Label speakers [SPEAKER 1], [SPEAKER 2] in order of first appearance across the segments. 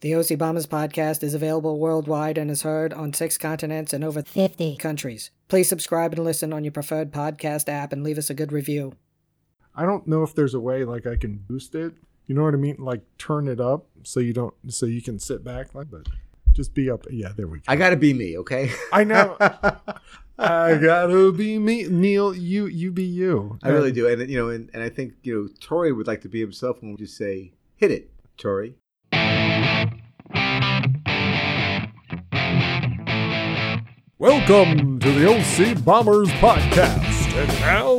[SPEAKER 1] The OC Bombers podcast is available worldwide and is heard on six continents and over
[SPEAKER 2] 50.
[SPEAKER 1] countries. Please subscribe and listen on your preferred podcast app and leave us a good review.
[SPEAKER 3] I don't know if there's a way like I can boost it. You know what I mean? Like turn it up so you don't so you can sit back like but just be up. Yeah, there we go.
[SPEAKER 4] I gotta be me, okay?
[SPEAKER 3] I know. I gotta be me. Neil, you you be you.
[SPEAKER 4] I really do, and you know, and, and I think you know, Tori would like to be himself, and we just say, "Hit it, Tori."
[SPEAKER 3] Welcome to the OC Bombers podcast. And now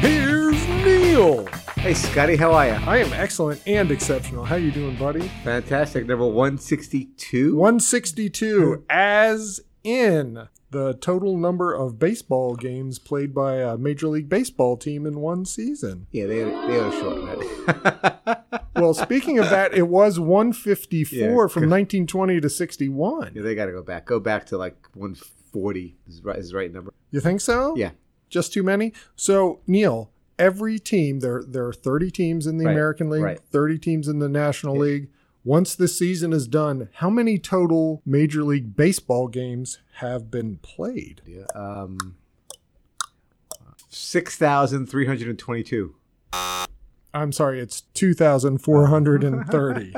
[SPEAKER 3] here's Neil.
[SPEAKER 4] Hey, Scotty, how are you?
[SPEAKER 3] I am excellent and exceptional. How you doing, buddy?
[SPEAKER 4] Fantastic. Number one sixty-two.
[SPEAKER 3] 162 as in the total number of baseball games played by a Major League Baseball team in one season.
[SPEAKER 4] Yeah, they they ought to shorten that.
[SPEAKER 3] Well, speaking of that, it was 154
[SPEAKER 4] Yeah,
[SPEAKER 3] from 1920 to 61.
[SPEAKER 4] yeah, they gotta go back. Go back to like one forty is right is the right number.
[SPEAKER 3] You think so?
[SPEAKER 4] Yeah.
[SPEAKER 3] Just too many? So, Neil, every team there there are 30 teams in the
[SPEAKER 4] Right,
[SPEAKER 3] American League,
[SPEAKER 4] right.
[SPEAKER 3] 30 teams in the National League. Once the season is done, how many total Major League Baseball games have been played?
[SPEAKER 4] Yeah. Um, six thousand three hundred and twenty-two.
[SPEAKER 3] I'm sorry, it's 2,430.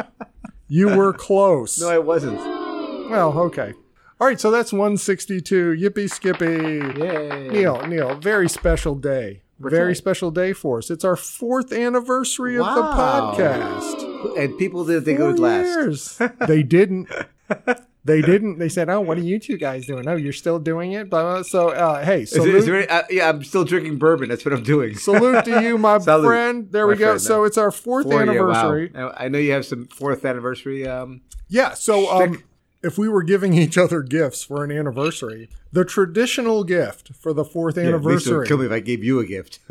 [SPEAKER 3] you were close.
[SPEAKER 4] No, I wasn't.
[SPEAKER 3] well, okay. All right, so that's 162. Yippee skippy.
[SPEAKER 4] Yay.
[SPEAKER 3] Neil, Neil, very special day. very
[SPEAKER 4] right.
[SPEAKER 3] special day for us. It's our fourth anniversary of
[SPEAKER 4] Wow.
[SPEAKER 3] the podcast.
[SPEAKER 4] And people did they go
[SPEAKER 3] Four
[SPEAKER 4] last.
[SPEAKER 3] years. they didn't. They didn't. They said, "Oh, what are you two guys doing? Oh, you're still doing it." Blah, blah. So, uh, hey,
[SPEAKER 4] Is,
[SPEAKER 3] salute,
[SPEAKER 4] there, is there any, uh, yeah, I'm still drinking bourbon. That's what I'm doing.
[SPEAKER 3] salute to you, my
[SPEAKER 4] Salute,
[SPEAKER 3] friend. There we
[SPEAKER 4] my
[SPEAKER 3] go.
[SPEAKER 4] friend.
[SPEAKER 3] So it's our fourth
[SPEAKER 4] Four year, wow.
[SPEAKER 3] anniversary.
[SPEAKER 4] I I know you have some fourth anniversary. Um,
[SPEAKER 3] Yeah. So um,
[SPEAKER 4] Shtick.
[SPEAKER 3] if we were giving each other gifts for an anniversary, the traditional gift for the fourth
[SPEAKER 4] yeah, at least it would
[SPEAKER 3] anniversary,
[SPEAKER 4] kill me if I gave you a gift.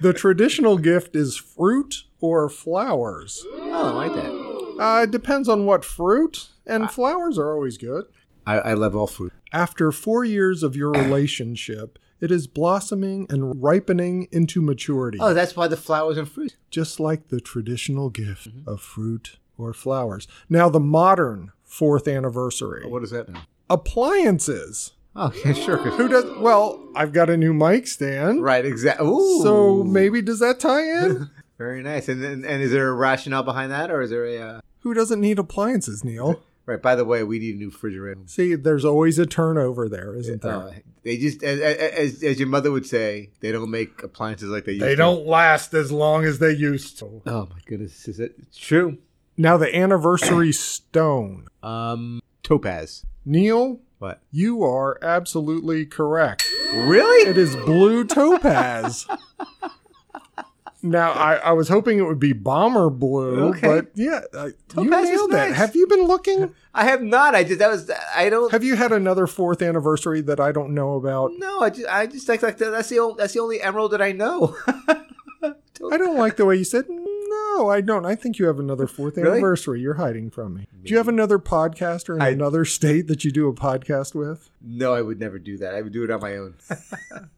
[SPEAKER 3] the traditional gift is fruit or flowers.
[SPEAKER 4] I don't like that.
[SPEAKER 3] Uh, it depends on what fruit, and flowers are always good.
[SPEAKER 4] I, I love all fruit.
[SPEAKER 3] After four years of your relationship, it is blossoming and ripening into maturity,
[SPEAKER 4] Oh, that's why the flowers and fruit.
[SPEAKER 3] just like the traditional gift of fruit or flowers. Now, the modern fourth anniversary
[SPEAKER 4] What is that now?
[SPEAKER 3] appliances.
[SPEAKER 4] Oh, yeah, sure.
[SPEAKER 3] Who does? Well, I've got a new mic stand.
[SPEAKER 4] Right, exactly.
[SPEAKER 3] So maybe does that tie in?
[SPEAKER 4] Very nice. And, and and is there a rationale behind that, or is there a uh...
[SPEAKER 3] Who doesn't need appliances, Neil?
[SPEAKER 4] right? By the way, we need a new refrigerator.
[SPEAKER 3] See, there's always a turnover there, isn't there?
[SPEAKER 4] Uh, they just, as, as, as your mother would say, they don't make appliances like they used
[SPEAKER 3] they
[SPEAKER 4] to.
[SPEAKER 3] don't last as long as they used to.
[SPEAKER 4] Oh my goodness, is it it's true?
[SPEAKER 3] Now the anniversary stone.
[SPEAKER 4] Um, topaz.
[SPEAKER 3] Neil,
[SPEAKER 4] What?
[SPEAKER 3] you are absolutely correct.
[SPEAKER 4] Really?
[SPEAKER 3] It is blue topaz. Now I, I was hoping it would be bomber blue,
[SPEAKER 4] Okay.
[SPEAKER 3] but yeah, uh, you
[SPEAKER 4] Topaz is
[SPEAKER 3] nailed that.
[SPEAKER 4] nice.
[SPEAKER 3] Have you been looking?
[SPEAKER 4] I have not. I just that was I don't
[SPEAKER 3] Have you had another fourth anniversary that I don't know about?
[SPEAKER 4] no. I just I just act like that. That's the only that's the only emerald that I know.
[SPEAKER 3] I don't like the way you said no. I don't. I think you have another fourth
[SPEAKER 4] Really?
[SPEAKER 3] anniversary. You're hiding from me. Do you have another podcaster in
[SPEAKER 4] I-
[SPEAKER 3] another state that you do a podcast with?
[SPEAKER 4] no, I would never do that. I would do it on my own.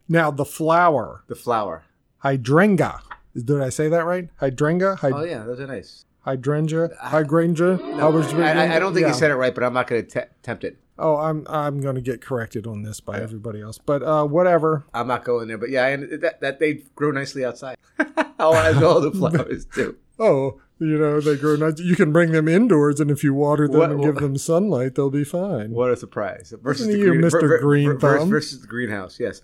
[SPEAKER 3] Now the flower
[SPEAKER 4] The flower.
[SPEAKER 3] hydrangea. Did I say that right? Hydrangea. Hy-
[SPEAKER 4] Oh yeah, those are nice.
[SPEAKER 3] Hydrangea. Hydrangea.
[SPEAKER 4] I, I- I don't think you said it right, but I'm not going to tempt it.
[SPEAKER 3] Oh, I'm I'm going to get corrected on this by everybody else. But uh, whatever.
[SPEAKER 4] I'm not going there. But yeah, and that, that they grow nicely outside. oh, as all the flowers do.
[SPEAKER 3] Oh, you know they grow nice. You can bring them indoors, and if you water them
[SPEAKER 4] What-
[SPEAKER 3] and give them sunlight, they'll be fine.
[SPEAKER 4] What a surprise! Versus
[SPEAKER 3] Listen to you, Mr. Green
[SPEAKER 4] versus,
[SPEAKER 3] Thumb.
[SPEAKER 4] the greenhouse. Yes.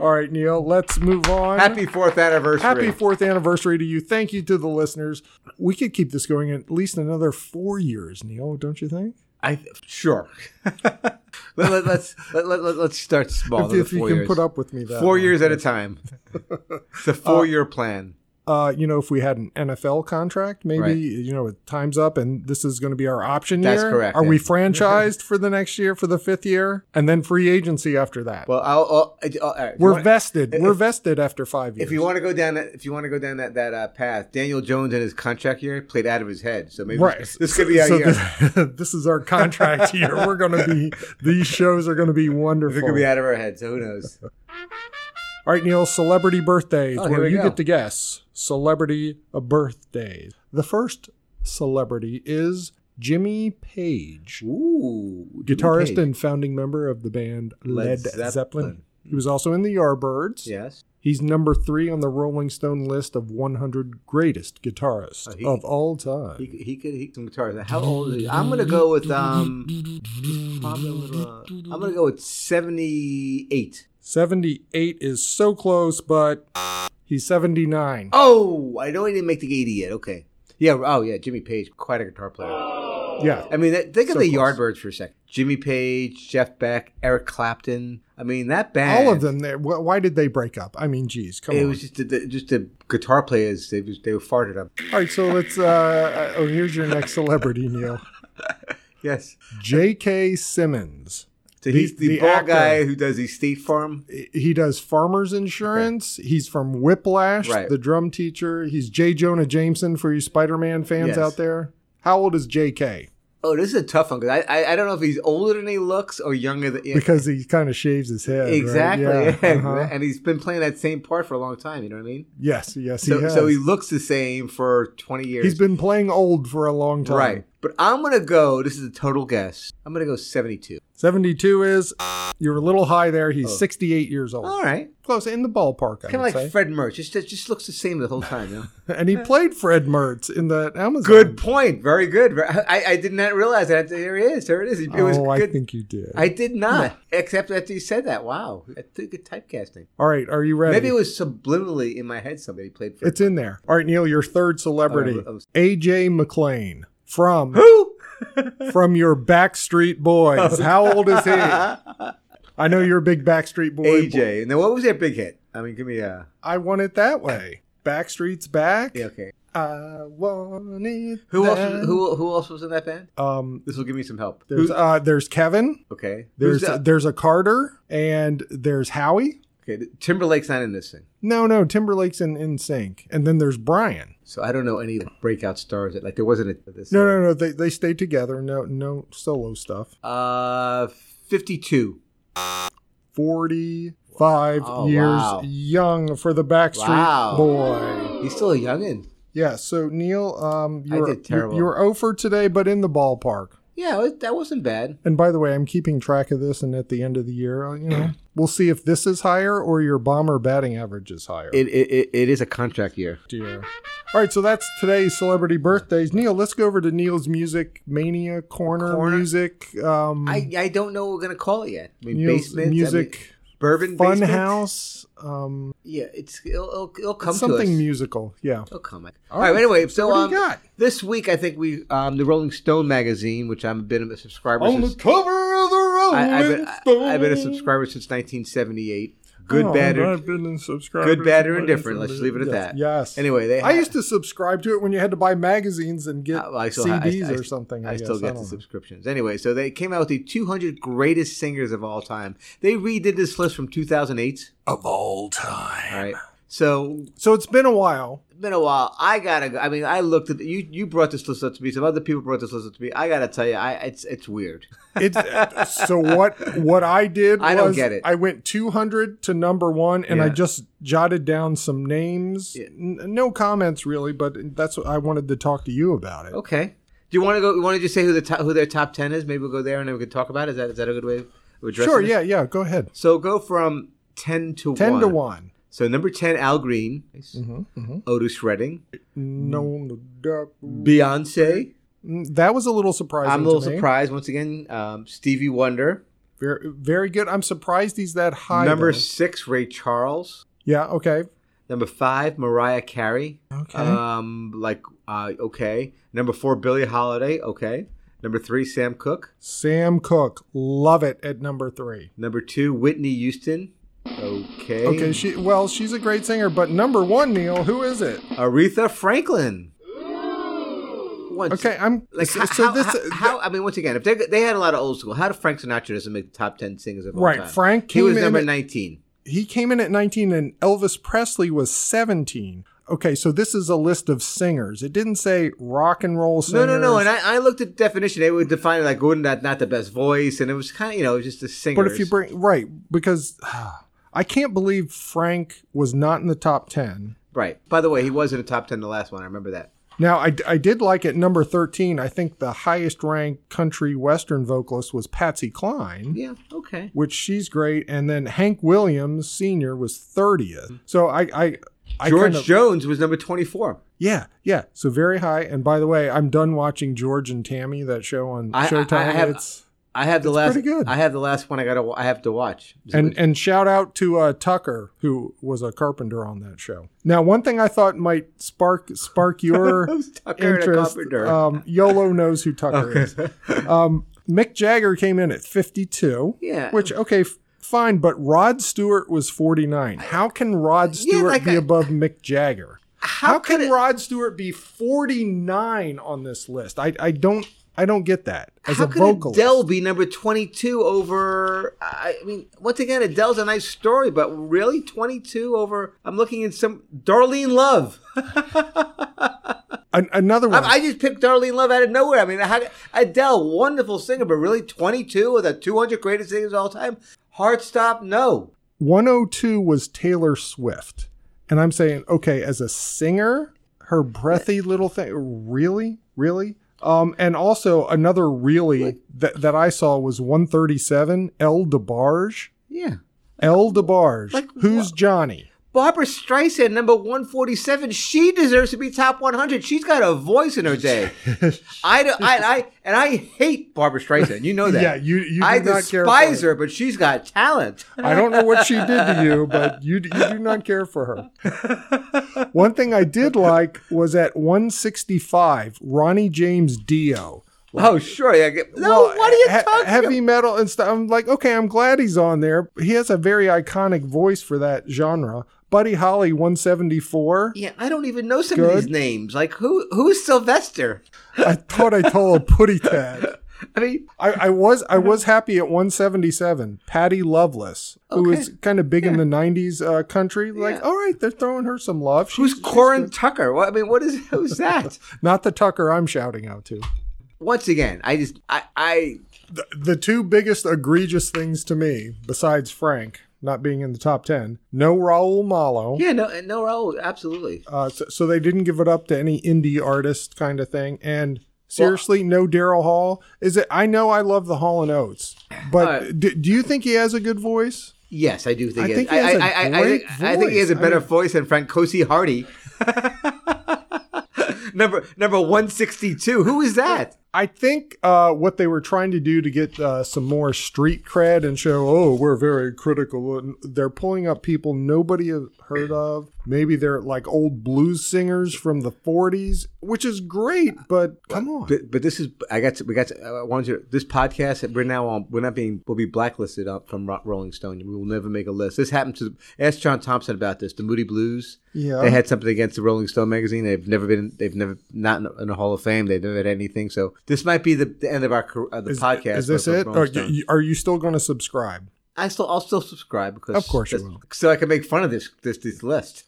[SPEAKER 3] All right, Neil. Let's move on.
[SPEAKER 4] Happy fourth anniversary.
[SPEAKER 3] Happy fourth anniversary to you. Thank you to the listeners. We could keep this going at least another four years, Neil, don't you think?
[SPEAKER 4] I sure. let, let, let's let, let, let, let's start small.
[SPEAKER 3] if
[SPEAKER 4] Another
[SPEAKER 3] if you
[SPEAKER 4] four
[SPEAKER 3] can
[SPEAKER 4] years.
[SPEAKER 3] put up with me that
[SPEAKER 4] four
[SPEAKER 3] long.
[SPEAKER 4] years at a time. it's a four-year plan.
[SPEAKER 3] Uh, you know, if we had an NFL contract, maybe,
[SPEAKER 4] Right.
[SPEAKER 3] you know, it time's up and this is going to be our option
[SPEAKER 4] That's
[SPEAKER 3] year.
[SPEAKER 4] correct,
[SPEAKER 3] Are we
[SPEAKER 4] yeah.
[SPEAKER 3] franchised for the next year, for the fifth year, and then free agency after that?
[SPEAKER 4] Well, I'll. I'll, I- I'll all right, if you
[SPEAKER 3] We're
[SPEAKER 4] wanna-
[SPEAKER 3] vested.
[SPEAKER 4] if-
[SPEAKER 3] We're vested after five years.
[SPEAKER 4] If you want to go down that, if you want to go down that that uh, path, Daniel Jones in his contract year played out of his head, so maybe
[SPEAKER 3] Right.
[SPEAKER 4] this, this could be our
[SPEAKER 3] so
[SPEAKER 4] year.
[SPEAKER 3] This, this is our contract year. We're going to be, these shows are going to be wonderful.
[SPEAKER 4] It could be out of our head, so who knows?
[SPEAKER 3] All right, Neil, celebrity birthdays,
[SPEAKER 4] Oh, here
[SPEAKER 3] where
[SPEAKER 4] we
[SPEAKER 3] you
[SPEAKER 4] go.
[SPEAKER 3] get to guess celebrity uh, birthdays. The first celebrity is Jimmy Page,
[SPEAKER 4] Ooh, Jimmy
[SPEAKER 3] guitarist
[SPEAKER 4] Page.
[SPEAKER 3] and founding member of the band Led, Zeppelin. He was also in the Yardbirds.
[SPEAKER 4] Yes.
[SPEAKER 3] He's number three on the Rolling Stone list of 100 greatest guitarists
[SPEAKER 4] Oh, he-
[SPEAKER 3] of all time.
[SPEAKER 4] He, could- he could he some guitars. How old is he? I'm gonna go with um. he's probably a little, uh, I'm gonna go with seventy eight.
[SPEAKER 3] 78 is so close, but he's 79.
[SPEAKER 4] Oh, I know he didn't make the eighty yet. Okay. Yeah. Oh yeah, Jimmy Page, quite a guitar player.
[SPEAKER 3] Yeah.
[SPEAKER 4] I mean, that, think
[SPEAKER 3] So
[SPEAKER 4] of the
[SPEAKER 3] close.
[SPEAKER 4] Yardbirds for a second. Jimmy Page, Jeff Beck, Eric Clapton. I mean, that band.
[SPEAKER 3] All of them there. wh- Why did they break up? I mean, geez, come
[SPEAKER 4] it
[SPEAKER 3] on.
[SPEAKER 4] was just the, the, just the guitar players. They was, they were farted up.
[SPEAKER 3] All right, so let's. Uh, oh, here's your next celebrity, Neil.
[SPEAKER 4] Yes.
[SPEAKER 3] J.K. Simmons.
[SPEAKER 4] So
[SPEAKER 3] The-
[SPEAKER 4] he's the,
[SPEAKER 3] the
[SPEAKER 4] bald
[SPEAKER 3] actor.
[SPEAKER 4] guy who does the State Farm.
[SPEAKER 3] He does farmers insurance. He's from Whiplash,
[SPEAKER 4] Right.
[SPEAKER 3] the drum teacher. He's J. Jonah Jameson for you Spider Man fans
[SPEAKER 4] Yes.
[SPEAKER 3] out there. How old is J.K.?
[SPEAKER 4] Oh, this is a tough one because I, I I don't know if he's older than he looks or younger than
[SPEAKER 3] Because he kind of shaves his head. right?
[SPEAKER 4] exactly.
[SPEAKER 3] Yeah. uh-huh.
[SPEAKER 4] and he's been playing that same part for a long time. You know what I mean?
[SPEAKER 3] Yes, yes,
[SPEAKER 4] So
[SPEAKER 3] he has.
[SPEAKER 4] so he looks the same for twenty years.
[SPEAKER 3] He's been playing old for a long time.
[SPEAKER 4] right. But I'm gonna go. This is a total guess. I'm gonna go seventy-two.
[SPEAKER 3] 72 is. You're a little high there. He's
[SPEAKER 4] Oh.
[SPEAKER 3] 68 years old.
[SPEAKER 4] All right.
[SPEAKER 3] Close in the ballpark, I
[SPEAKER 4] Kind of
[SPEAKER 3] would
[SPEAKER 4] like
[SPEAKER 3] say.
[SPEAKER 4] Fred Merch. Just just looks the same the whole time. You know?
[SPEAKER 3] and he played Fred Mertz in the Amazon.
[SPEAKER 4] Good point. Very good. Ver- I, I did not realize that. There it is. There it is. It was
[SPEAKER 3] oh, I
[SPEAKER 4] good. I,
[SPEAKER 3] think you did.
[SPEAKER 4] did not, except after you said that. Wow. That's a good typecasting.
[SPEAKER 3] All right, are you ready?
[SPEAKER 4] Maybe it was subliminally in my head somebody played for
[SPEAKER 3] it's in there. All right, Neil, your third celebrity,
[SPEAKER 4] All right, I'm-
[SPEAKER 3] AJ McLean from
[SPEAKER 4] Who?
[SPEAKER 3] from your Backstreet
[SPEAKER 4] Oh.
[SPEAKER 3] Boys. How old is he? I know you're a big Backstreet Boy. boy.
[SPEAKER 4] AJ. Now, what was their big hit? I mean, give me a.
[SPEAKER 3] I want it that way. Backstreet's back.
[SPEAKER 4] Yeah, okay.
[SPEAKER 3] I want it.
[SPEAKER 4] Who
[SPEAKER 3] that.
[SPEAKER 4] else? Was, who who else was in that band?
[SPEAKER 3] Um,
[SPEAKER 4] This will give me some help.
[SPEAKER 3] there's
[SPEAKER 4] Who-
[SPEAKER 3] uh, there's Kevin.
[SPEAKER 4] okay.
[SPEAKER 3] There's
[SPEAKER 4] Who's that?
[SPEAKER 3] there's a Carter and there's Howie.
[SPEAKER 4] okay. Timberlake's not in this thing,
[SPEAKER 3] No, no, Timberlake's in, in sync. And then there's Brian.
[SPEAKER 4] so I don't know any breakout stars. That, like there wasn't a this.
[SPEAKER 3] No, no, no. They they stayed together. No, no solo stuff.
[SPEAKER 4] Uh, fifty-two.
[SPEAKER 3] Forty-five
[SPEAKER 4] Oh,
[SPEAKER 3] years
[SPEAKER 4] wow.
[SPEAKER 3] young for the Backstreet
[SPEAKER 4] Wow.
[SPEAKER 3] Boy.
[SPEAKER 4] He's still a youngin.
[SPEAKER 3] Yeah. So Neil, um,
[SPEAKER 4] I
[SPEAKER 3] you were
[SPEAKER 4] did terrible.
[SPEAKER 3] you were over oh today, but in the ballpark.
[SPEAKER 4] Yeah, it- that wasn't bad.
[SPEAKER 3] And by the way, I'm keeping track of this, and at the end of the year, uh, you know, we'll see if this is higher or your bomber batting average is higher.
[SPEAKER 4] It it, it, it is a contract year.
[SPEAKER 3] Dear. All right, so that's today's celebrity birthdays. Neil, let's go over to Neil's music mania corner,
[SPEAKER 4] Corner.
[SPEAKER 3] music. Um,
[SPEAKER 4] I, I don't know what we're gonna call it yet. I mean,
[SPEAKER 3] Neil's
[SPEAKER 4] basement
[SPEAKER 3] music
[SPEAKER 4] bourbon,
[SPEAKER 3] fun
[SPEAKER 4] basement?
[SPEAKER 3] house. Um,
[SPEAKER 4] Yeah, it's it'll, it'll, it'll come to us.
[SPEAKER 3] something musical. Yeah.
[SPEAKER 4] It'll come. All right.
[SPEAKER 3] All right,
[SPEAKER 4] anyway, so,
[SPEAKER 3] what do you
[SPEAKER 4] um,
[SPEAKER 3] got?
[SPEAKER 4] this week I think we um, the Rolling Stone magazine, which I'm a bit of a subscriber.
[SPEAKER 3] On the
[SPEAKER 4] since,
[SPEAKER 3] cover of the Oh, Rolling
[SPEAKER 4] I, I've, been,
[SPEAKER 3] Stone.
[SPEAKER 4] I, have been a subscriber since 1978. Good,
[SPEAKER 3] Oh,
[SPEAKER 4] bad, or
[SPEAKER 3] I've been a subscriber
[SPEAKER 4] good, bad, or
[SPEAKER 3] since
[SPEAKER 4] indifferent. Let's
[SPEAKER 3] 1978.
[SPEAKER 4] leave it at
[SPEAKER 3] Yes.
[SPEAKER 4] that.
[SPEAKER 3] Yes.
[SPEAKER 4] Anyway, they.
[SPEAKER 3] I used to subscribe to it when you had to buy magazines and get
[SPEAKER 4] Uh, well, I still ha- I-
[SPEAKER 3] CDs
[SPEAKER 4] I-
[SPEAKER 3] or something. I,
[SPEAKER 4] I
[SPEAKER 3] guess.
[SPEAKER 4] still
[SPEAKER 3] I
[SPEAKER 4] get
[SPEAKER 3] don't
[SPEAKER 4] the
[SPEAKER 3] know.
[SPEAKER 4] subscriptions. Anyway, so they came out with the 200 greatest singers of all time. They redid this list from 2008.
[SPEAKER 3] of all time.
[SPEAKER 4] All right. So
[SPEAKER 3] So it's been a while.
[SPEAKER 4] been a while. I gotta. go. I mean, I looked at you. You brought this list up to me. Some other people brought this list up to me. I gotta tell you, I it's it's weird.
[SPEAKER 3] It's so what what I did
[SPEAKER 4] I
[SPEAKER 3] was
[SPEAKER 4] don't get it.
[SPEAKER 3] I went 200 to number 1 and I
[SPEAKER 4] Yeah.
[SPEAKER 3] just jotted down some names.
[SPEAKER 4] Yeah.
[SPEAKER 3] N- no comments really, but that's what I wanted to talk to you about it.
[SPEAKER 4] Okay. Do you want to go? You want to just say who the top, who their top ten is? Maybe we'll go there and then we can talk about. It. Is that is that a good way of addressing?
[SPEAKER 3] Sure,
[SPEAKER 4] this?
[SPEAKER 3] yeah, yeah, go ahead.
[SPEAKER 4] So go from ten to
[SPEAKER 3] 10
[SPEAKER 4] one.
[SPEAKER 3] to 1.
[SPEAKER 4] So number ten, Al Green,
[SPEAKER 3] Mhm, mhm.
[SPEAKER 4] Otis Redding,
[SPEAKER 3] No
[SPEAKER 4] Mm.
[SPEAKER 3] one to duck.
[SPEAKER 4] Beyonce.
[SPEAKER 3] Mm, That was a little surprising.
[SPEAKER 4] I'm a little
[SPEAKER 3] to me.
[SPEAKER 4] surprised once again. Um, Stevie Wonder.
[SPEAKER 3] Very, very good. I'm surprised he's that high.
[SPEAKER 4] number
[SPEAKER 3] though.
[SPEAKER 4] six, Ray Charles.
[SPEAKER 3] Yeah, okay.
[SPEAKER 4] Number five, Mariah Carey.
[SPEAKER 3] Okay.
[SPEAKER 4] Um, like uh, okay. Number four, Billie Holiday. Okay. Number three, Sam Cooke.
[SPEAKER 3] Sam Cooke, love it at number 3.
[SPEAKER 4] Number two, Whitney Houston. Okay.
[SPEAKER 3] Okay, she well, she's a great singer, but number 1, Neil, who is it?
[SPEAKER 4] Aretha Franklin. Once,
[SPEAKER 3] Okay, I'm
[SPEAKER 4] Like
[SPEAKER 3] so,
[SPEAKER 4] how,
[SPEAKER 3] so this
[SPEAKER 4] how, how- I mean, once again, if they they had a lot of old school, how did Frank Sinatra doesn't make the top ten singers of all
[SPEAKER 3] Right,
[SPEAKER 4] time?
[SPEAKER 3] Frank
[SPEAKER 4] he was
[SPEAKER 3] came in
[SPEAKER 4] number
[SPEAKER 3] at-
[SPEAKER 4] nineteen.
[SPEAKER 3] he came in at 19 and Elvis Presley was 17. Okay, so this is a list of singers. It didn't say rock and roll
[SPEAKER 4] No,
[SPEAKER 3] singers.
[SPEAKER 4] no, no. And I, I looked at the definition; they would define it like Gordon, not not the best voice, and it was kind of you know it was just a singer.
[SPEAKER 3] but if you bring right because I can't believe Frank was not in the top 10.
[SPEAKER 4] right, by the way, he was in the top ten the last one. I remember that.
[SPEAKER 3] Now, I, I did like at number 13, I think the highest ranked country western vocalist was Patsy Cline.
[SPEAKER 4] Yeah. Okay.
[SPEAKER 3] Which she's great, and then Hank Williams Sr. was thirtieth. So I, I, I
[SPEAKER 4] Mm-hmm. George
[SPEAKER 3] kind of-
[SPEAKER 4] Jones was number 24.
[SPEAKER 3] yeah, yeah. So very high. And by the way, I'm done watching George and Tammy that show on
[SPEAKER 4] I- I-
[SPEAKER 3] Showtime.
[SPEAKER 4] I have-
[SPEAKER 3] It's-
[SPEAKER 4] I have the
[SPEAKER 3] That's
[SPEAKER 4] last.
[SPEAKER 3] pretty good.
[SPEAKER 4] I have the last one. I gotta. I have to watch.
[SPEAKER 3] and and shout out to uh, Tucker who was a carpenter on that show. Now, one thing I thought might spark spark your
[SPEAKER 4] Who's Tucker and a
[SPEAKER 3] interest.
[SPEAKER 4] carpenter?
[SPEAKER 3] Um, Yolo knows who Tucker is. Um, Mick Jagger came in at 52.
[SPEAKER 4] Yeah.
[SPEAKER 3] Which okay. f- Fine, but Rod Stewart was 49. How can Rod
[SPEAKER 4] Yeah,
[SPEAKER 3] Stewart
[SPEAKER 4] like
[SPEAKER 3] be
[SPEAKER 4] I-
[SPEAKER 3] above Mick Jagger?
[SPEAKER 4] how,
[SPEAKER 3] How, can
[SPEAKER 4] it-
[SPEAKER 3] Rod Stewart be 49 on this list? I, I don't I don't get that as
[SPEAKER 4] how
[SPEAKER 3] a
[SPEAKER 4] could
[SPEAKER 3] vocalist.
[SPEAKER 4] Adele be number 22 over? I I mean, once again, Adele's a nice story, but really 22 over? I'm looking at some Darlene Love.
[SPEAKER 3] An- another one.
[SPEAKER 4] I, I just picked Darlene Love out of nowhere. I mean, how, Adele, wonderful singer, but really 22 of the 200 greatest singers of all time? Hard stop, no.
[SPEAKER 3] 102 was Taylor Swift. And I'm saying, okay, as a singer, her breathy little thing, really? Really? Um, and also another really that, that I saw was 137, El DeBarge.
[SPEAKER 4] Yeah.
[SPEAKER 3] El DeBarge.
[SPEAKER 4] Like
[SPEAKER 3] Who's Johnny?
[SPEAKER 4] Barbara Streisand, number 147, she deserves to be top 100. She's got a voice in her day. I, do- I, I, and I hate Barbara Streisand. You know that.
[SPEAKER 3] Yeah, you, you do
[SPEAKER 4] I
[SPEAKER 3] not care for
[SPEAKER 4] despise her, but she's got talent.
[SPEAKER 3] I don't know what she did to you, but you, you do not care for her. One thing I did like was at 165, Ronnie James Dio.
[SPEAKER 4] oh, sure. Yeah. get- No, what are you
[SPEAKER 3] he-
[SPEAKER 4] talking
[SPEAKER 3] Heavy metal and stuff. I'm like, okay, I'm glad he's on there. He has a very iconic voice for that genre. Buddy Holly, 174.
[SPEAKER 4] Yeah, I don't even know some of
[SPEAKER 3] Good.
[SPEAKER 4] these names. Like, who who's Sylvester?
[SPEAKER 3] I thought I told a putty tad.
[SPEAKER 4] I mean,
[SPEAKER 3] I, I was I was happy at 177. Patty Loveless, who was kind of big in the 90s uh, country. Like,
[SPEAKER 4] Yeah.
[SPEAKER 3] all right, they're throwing her some love.
[SPEAKER 4] who's
[SPEAKER 3] She's-
[SPEAKER 4] Corin Tucker? What, I mean, what is who's that?
[SPEAKER 3] Not the Tucker I'm shouting out to.
[SPEAKER 4] Once again, I just, I, I,
[SPEAKER 3] The, the two biggest egregious things to me, besides Frank not being in the top 10, no Raul Malo.
[SPEAKER 4] yeah, no, no, oh, absolutely.
[SPEAKER 3] Uh, so, so they didn't give it up to any indie artist kind of thing. And seriously, no Daryl Hall. Is it? I know I love the Hall and Oates, but
[SPEAKER 4] Uh,
[SPEAKER 3] do, do you think he has a good voice?
[SPEAKER 4] Yes, I do think.
[SPEAKER 3] I
[SPEAKER 4] it-
[SPEAKER 3] think he has a
[SPEAKER 4] I, I, I,
[SPEAKER 3] great
[SPEAKER 4] think, I think he has a
[SPEAKER 3] voice. I
[SPEAKER 4] better
[SPEAKER 3] mean-
[SPEAKER 4] voice than Francosi Hardy. number number one sixty two. Who is that?
[SPEAKER 3] I think uh, what they were trying to do to get uh, some more street cred and show, oh, we're very critical. and They're pulling up people nobody have heard of. Maybe they're like old blues singers from the '40s, which is great. But come on,
[SPEAKER 4] But, but this is I got to, we got to, I wanted to, this podcast we're now on we're not being we'll be blacklisted up from Ro- Rolling Stone we will never make a list this happened to ask John Thompson about this the Moody Blues
[SPEAKER 3] yeah.
[SPEAKER 4] they had something against the Rolling Stone magazine they've never been they've never not in the, in the Hall of Fame they've never had anything so this might be the, the end of our car- uh, the
[SPEAKER 3] is,
[SPEAKER 4] podcast
[SPEAKER 3] is this
[SPEAKER 4] for- for
[SPEAKER 3] it?
[SPEAKER 4] Rolling
[SPEAKER 3] Or
[SPEAKER 4] Stone.
[SPEAKER 3] y- are you still going to subscribe?
[SPEAKER 4] I still I'll still subscribe because
[SPEAKER 3] Of course you
[SPEAKER 4] that's-
[SPEAKER 3] will.
[SPEAKER 4] so I can make fun of this this this list.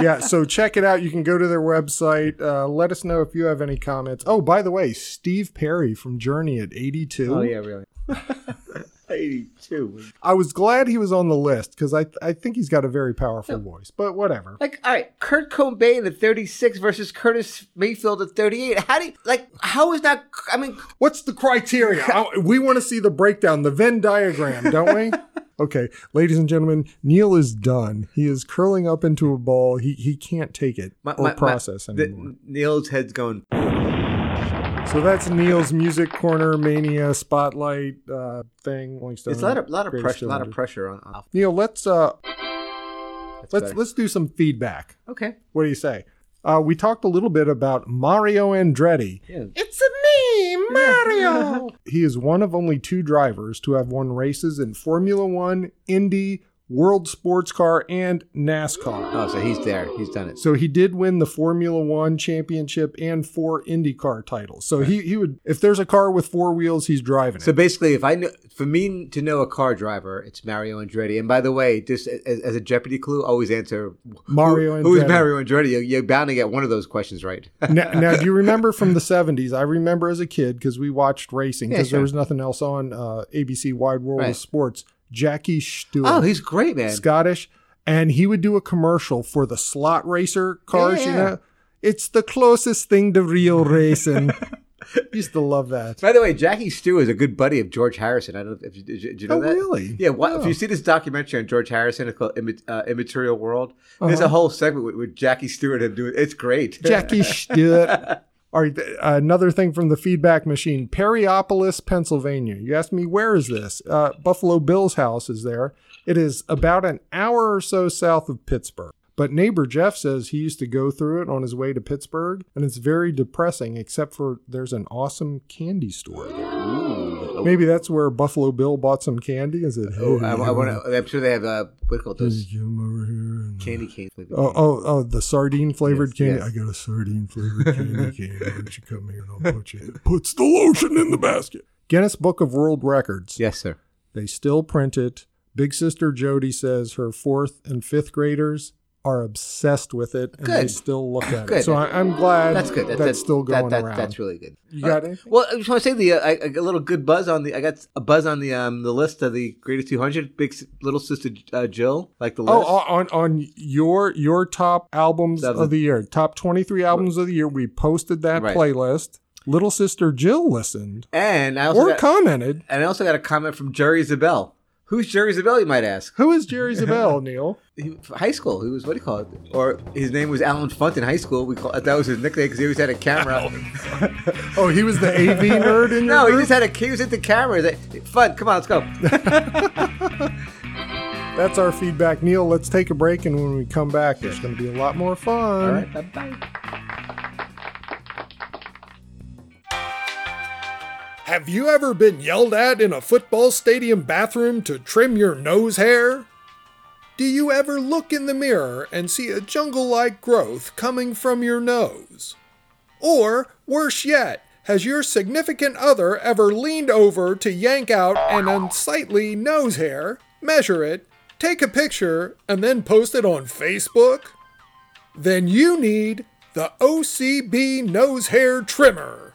[SPEAKER 3] yeah, so check it out. You can go to their website. Uh, let us know if you have any comments. Oh, by the way, Steve Perry from Journey at 82.
[SPEAKER 4] Oh yeah, really. Eighty two.
[SPEAKER 3] I was glad he was on the list because I, I think he's got a very
[SPEAKER 4] Oh.
[SPEAKER 3] powerful voice, but whatever.
[SPEAKER 4] Like, all right, Kurt Cobain at 36 versus Curtis Mayfield at 38. How do you, like, how is that? I mean,
[SPEAKER 3] What's the criteria? I- we want to see the breakdown, the Venn diagram, don't we? Okay, ladies and gentlemen, Neil is done. He is curling up into a ball. He he can't take it
[SPEAKER 4] my,
[SPEAKER 3] or
[SPEAKER 4] my- my-
[SPEAKER 3] process
[SPEAKER 4] the-
[SPEAKER 3] anymore.
[SPEAKER 4] Neil's head's going.
[SPEAKER 3] so that's Neil's music corner mania spotlight uh, thing. Rolling Stone,
[SPEAKER 4] It's a lot of, lot of
[SPEAKER 3] greatest
[SPEAKER 4] pressure, a lot of
[SPEAKER 3] 200.
[SPEAKER 4] pressure on. on
[SPEAKER 3] Neil, let's uh
[SPEAKER 4] that's
[SPEAKER 3] let's
[SPEAKER 4] better.
[SPEAKER 3] let's do some feedback.
[SPEAKER 4] okay.
[SPEAKER 3] What do you say? Uh, we talked a little bit about Mario Andretti.
[SPEAKER 4] Yeah.
[SPEAKER 3] It's a me, Mario. he is one of only two drivers to have won races in Formula One, Indy, World Sports Car, and NASCAR.
[SPEAKER 4] Oh, so he's there. He's done it.
[SPEAKER 3] So he did win the Formula One championship and four IndyCar titles. So he, he would if there's a car with four wheels, he's driving it.
[SPEAKER 4] So basically, if I knew, for me to know a car driver, it's Mario Andretti. And by the way, just as, as a Jeopardy clue, always answer
[SPEAKER 3] Mario
[SPEAKER 4] who, Who is
[SPEAKER 3] Andretti.
[SPEAKER 4] Mario Andretti? You're, you're bound to get one of those questions right.
[SPEAKER 3] now, now, do you remember from the 70s? I remember as a kid because we watched racing
[SPEAKER 4] Yeah,
[SPEAKER 3] because
[SPEAKER 4] sure.
[SPEAKER 3] there was nothing else on uh, ABC Wide World
[SPEAKER 4] Right.
[SPEAKER 3] of Sports. Jackie Stewart,
[SPEAKER 4] oh, he's great, man.
[SPEAKER 3] Scottish, and he would do a commercial for the slot racer cars,
[SPEAKER 4] Yeah,
[SPEAKER 3] you
[SPEAKER 4] yeah.
[SPEAKER 3] know. It's the closest thing to real racing. Used to love that.
[SPEAKER 4] By the way, Jackie Stewart is a good buddy of George Harrison. I don't know if you, did you, did you know
[SPEAKER 3] Oh,
[SPEAKER 4] that.
[SPEAKER 3] really?
[SPEAKER 4] Yeah, why, If
[SPEAKER 3] Yeah.
[SPEAKER 4] you see this documentary on George Harrison, it's called Imma- uh, "Immaterial World." There's
[SPEAKER 3] Uh-huh.
[SPEAKER 4] a whole segment with, with Jackie Stewart and doing. It's great.
[SPEAKER 3] Jackie Stewart. All right, th- uh, another thing from the feedback machine Periopolis, Pennsylvania. You asked me, where is this? Uh, Buffalo Bill's house is there. It is about an hour or so south of Pittsburgh. But neighbor Jeff says he used to go through it on his way to Pittsburgh, and it's very depressing, except for there's an awesome candy store there. Maybe that's where Buffalo Bill bought some candy. Is it?
[SPEAKER 4] Oh, I, I want to. I'm sure they have uh, what do you call those candy canes. maybe.
[SPEAKER 3] Oh, oh, oh, the sardine flavored
[SPEAKER 4] Yes,
[SPEAKER 3] candy.
[SPEAKER 4] yes.
[SPEAKER 3] I got a sardine flavored candy cane. Why don't you come here and I'll put you in? Puts the lotion in the basket. Guinness Book of World Records.
[SPEAKER 4] Yes, sir.
[SPEAKER 3] They still print it. Big sister Jody says her fourth and fifth graders are obsessed with it and they
[SPEAKER 4] Good.
[SPEAKER 3] still look at it.
[SPEAKER 4] Good.
[SPEAKER 3] So I, I'm glad
[SPEAKER 4] That's good. That-
[SPEAKER 3] that's,
[SPEAKER 4] that-
[SPEAKER 3] still
[SPEAKER 4] that-
[SPEAKER 3] going
[SPEAKER 4] that-
[SPEAKER 3] around.
[SPEAKER 4] That's really good. Uh,
[SPEAKER 3] you got it?
[SPEAKER 4] Well, I just want to say the uh, I, I got a little good buzz on the. I got a buzz on the um the list of the greatest 200. Big s- little sister uh, Jill, like the
[SPEAKER 3] Oh,
[SPEAKER 4] list.
[SPEAKER 3] on on your your top albums
[SPEAKER 4] That was-
[SPEAKER 3] of the year, top 23 albums of the year, we posted that
[SPEAKER 4] Right.
[SPEAKER 3] playlist. Little sister Jill listened
[SPEAKER 4] and I uh, also
[SPEAKER 3] or
[SPEAKER 4] got,
[SPEAKER 3] commented.
[SPEAKER 4] and I also got a comment from Jerry Zabel. Who's Jerry Zabel? You might ask.
[SPEAKER 3] Who is Jerry Zabel, Neil?
[SPEAKER 4] He, high school. He was what do you call it? Or his name was Alan Funt in high school. We call that was his nickname because he always had a camera.
[SPEAKER 3] Oh, he was the AV nerd in your
[SPEAKER 4] no, he
[SPEAKER 3] group?
[SPEAKER 4] just had a he was at the camera. He's Like, Funt, come on, let's go.
[SPEAKER 3] That's our feedback, Neil. Let's take a break, and when we come back, it's going to be a lot more fun.
[SPEAKER 4] All right, bye bye.
[SPEAKER 3] Have you ever been yelled at in a football stadium bathroom to trim your nose hair? Do you ever look in the mirror and see a jungle like growth coming from your nose? Or, worse yet, has your significant other ever leaned over to yank out an unsightly nose hair, measure it, take a picture, and then post it on Facebook? Then you need the OCB Nose Hair Trimmer.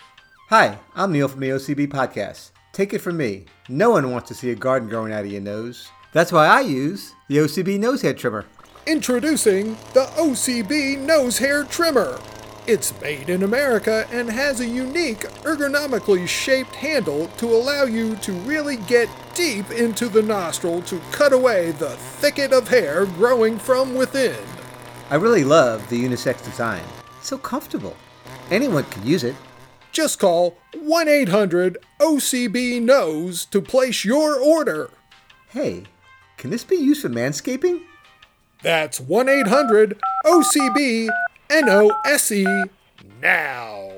[SPEAKER 4] Hi, I'm Neil from the OCB Podcast. Take it from me, no one wants to see a garden growing out of your nose. That's why I use the OCB nose head trimmer.
[SPEAKER 3] Introducing the OCB Nose Hair Trimmer. It's made in America and has a unique ergonomically shaped handle to allow you to really get deep into the nostril to cut away the thicket of hair growing from within.
[SPEAKER 4] I really love the unisex design. It's so comfortable. Anyone can use it.
[SPEAKER 3] Just call 1 800 OCB Nose to place your order.
[SPEAKER 4] Hey, can this be used for manscaping?
[SPEAKER 3] That's 1 800 OCB NOSE E now.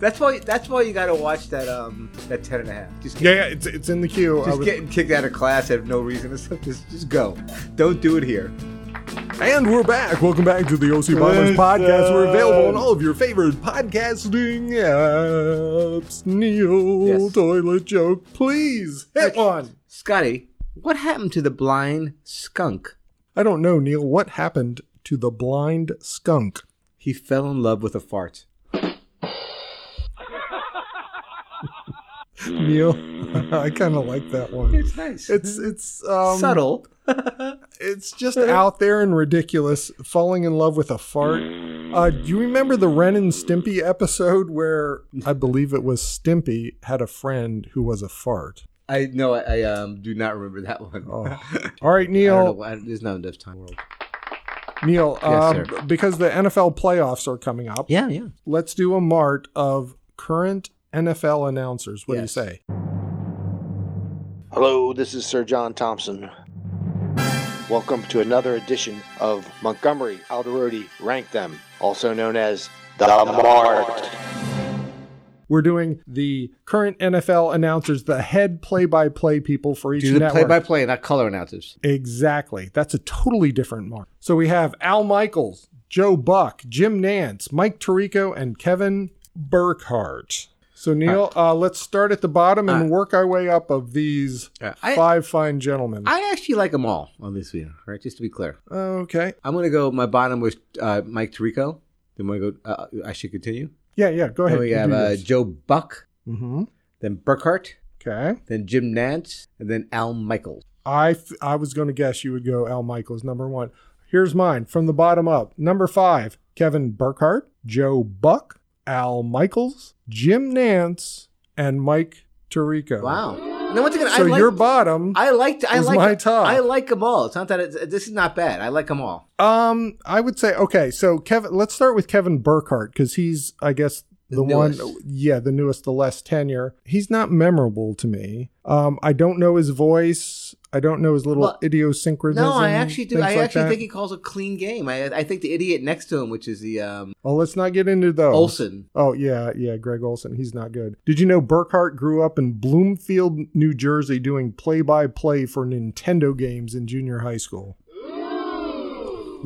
[SPEAKER 4] That's why. That's why you got to watch that. Um, that ten and a half. Just get,
[SPEAKER 3] Yeah, yeah, it's, it's in the queue. I
[SPEAKER 4] just
[SPEAKER 3] was-
[SPEAKER 4] getting kicked out of class. I have no reason to stuff. Just, just go. Don't do it here.
[SPEAKER 3] And we're back. Welcome back to the OC Bombers podcast. We're available on all of your favorite podcasting apps. Neil,
[SPEAKER 4] Yes.
[SPEAKER 3] toilet joke, please hit one.
[SPEAKER 4] Scotty, what happened to the blind skunk?
[SPEAKER 3] I don't know, Neil. What happened to the blind skunk?
[SPEAKER 4] He fell in love with a fart.
[SPEAKER 3] Neil, I kind of like that one.
[SPEAKER 4] It's nice.
[SPEAKER 3] It's it's um,
[SPEAKER 4] subtle.
[SPEAKER 3] It's just out there and ridiculous. Falling in love with a fart. Uh, do you remember the Ren and Stimpy episode where I believe it was Stimpy had a friend who was a fart?
[SPEAKER 4] I no, I, I um do not remember that one.
[SPEAKER 3] Oh.
[SPEAKER 4] I
[SPEAKER 3] All right,
[SPEAKER 4] don't know
[SPEAKER 3] Neil.
[SPEAKER 4] why- there's not enough time. World.
[SPEAKER 3] Neil, uh,
[SPEAKER 4] Yes, sir.
[SPEAKER 3] b- because the NFL playoffs are coming up,
[SPEAKER 4] Yeah, yeah.
[SPEAKER 3] let's do a mart of current NFL announcers. What
[SPEAKER 4] Yes.
[SPEAKER 3] do you say?
[SPEAKER 2] Hello, this is Sir John Thompson. Welcome to another edition of Montgomery Alderodi Rank Them, also known as The Mart.
[SPEAKER 3] We're doing the current NFL announcers, the head play-by-play people for each
[SPEAKER 4] Do the
[SPEAKER 3] network.
[SPEAKER 4] play-by-play, not color announcers.
[SPEAKER 3] exactly. That's a totally different mart. So we have Al Michaels, Joe Buck, Jim Nance, Mike Tirico, and Kevin Burkhardt. So Neil, uh, let's start at the bottom and
[SPEAKER 4] Uh,
[SPEAKER 3] work our way up of these
[SPEAKER 4] Uh, I-
[SPEAKER 3] five fine gentlemen.
[SPEAKER 4] I actually like them all on this video, right? Just to be clear,
[SPEAKER 3] okay.
[SPEAKER 4] I'm gonna go. My bottom was uh, Mike Tirico. Then we go. Uh, I should continue.
[SPEAKER 3] Yeah, yeah. Go ahead.
[SPEAKER 4] Then we have uh, Joe Buck,
[SPEAKER 3] mm-hmm.
[SPEAKER 4] then Burkhart,
[SPEAKER 3] Okay.
[SPEAKER 4] then Jim Nance, and then Al Michaels.
[SPEAKER 3] I f- I was going to guess you would go Al Michaels number one. Here's mine from the bottom up. Number five Kevin Burkhardt, Joe Buck, Al Michaels, Jim Nance, and Mike Tirico.
[SPEAKER 4] Wow. Now once again,
[SPEAKER 3] So
[SPEAKER 4] I like,
[SPEAKER 3] your bottom.
[SPEAKER 4] I liked. I
[SPEAKER 3] is
[SPEAKER 4] like.
[SPEAKER 3] my top.
[SPEAKER 4] I like them all. It's not that. It's, this is not bad. I like them all.
[SPEAKER 3] Um, I would say okay. So Kevin, let's start with Kevin Burkhardt because he's, I guess,
[SPEAKER 4] The
[SPEAKER 3] the, one.
[SPEAKER 4] newest.
[SPEAKER 3] Yeah, the newest, the less tenure. He's not memorable to me. Um, I don't know his voice. I don't know his little
[SPEAKER 4] Well,
[SPEAKER 3] idiosyncrasy.
[SPEAKER 4] No, I actually do. I actually
[SPEAKER 3] that.
[SPEAKER 4] think he calls a clean game. I, I think the idiot next to him, which is the um,
[SPEAKER 3] Well, Oh, let's not get into those.
[SPEAKER 4] Olson.
[SPEAKER 3] Oh yeah, yeah, Greg Olson. He's not good. Did you know Burkhart grew up in Bloomfield, New Jersey, doing play-by-play for Nintendo games in junior high school?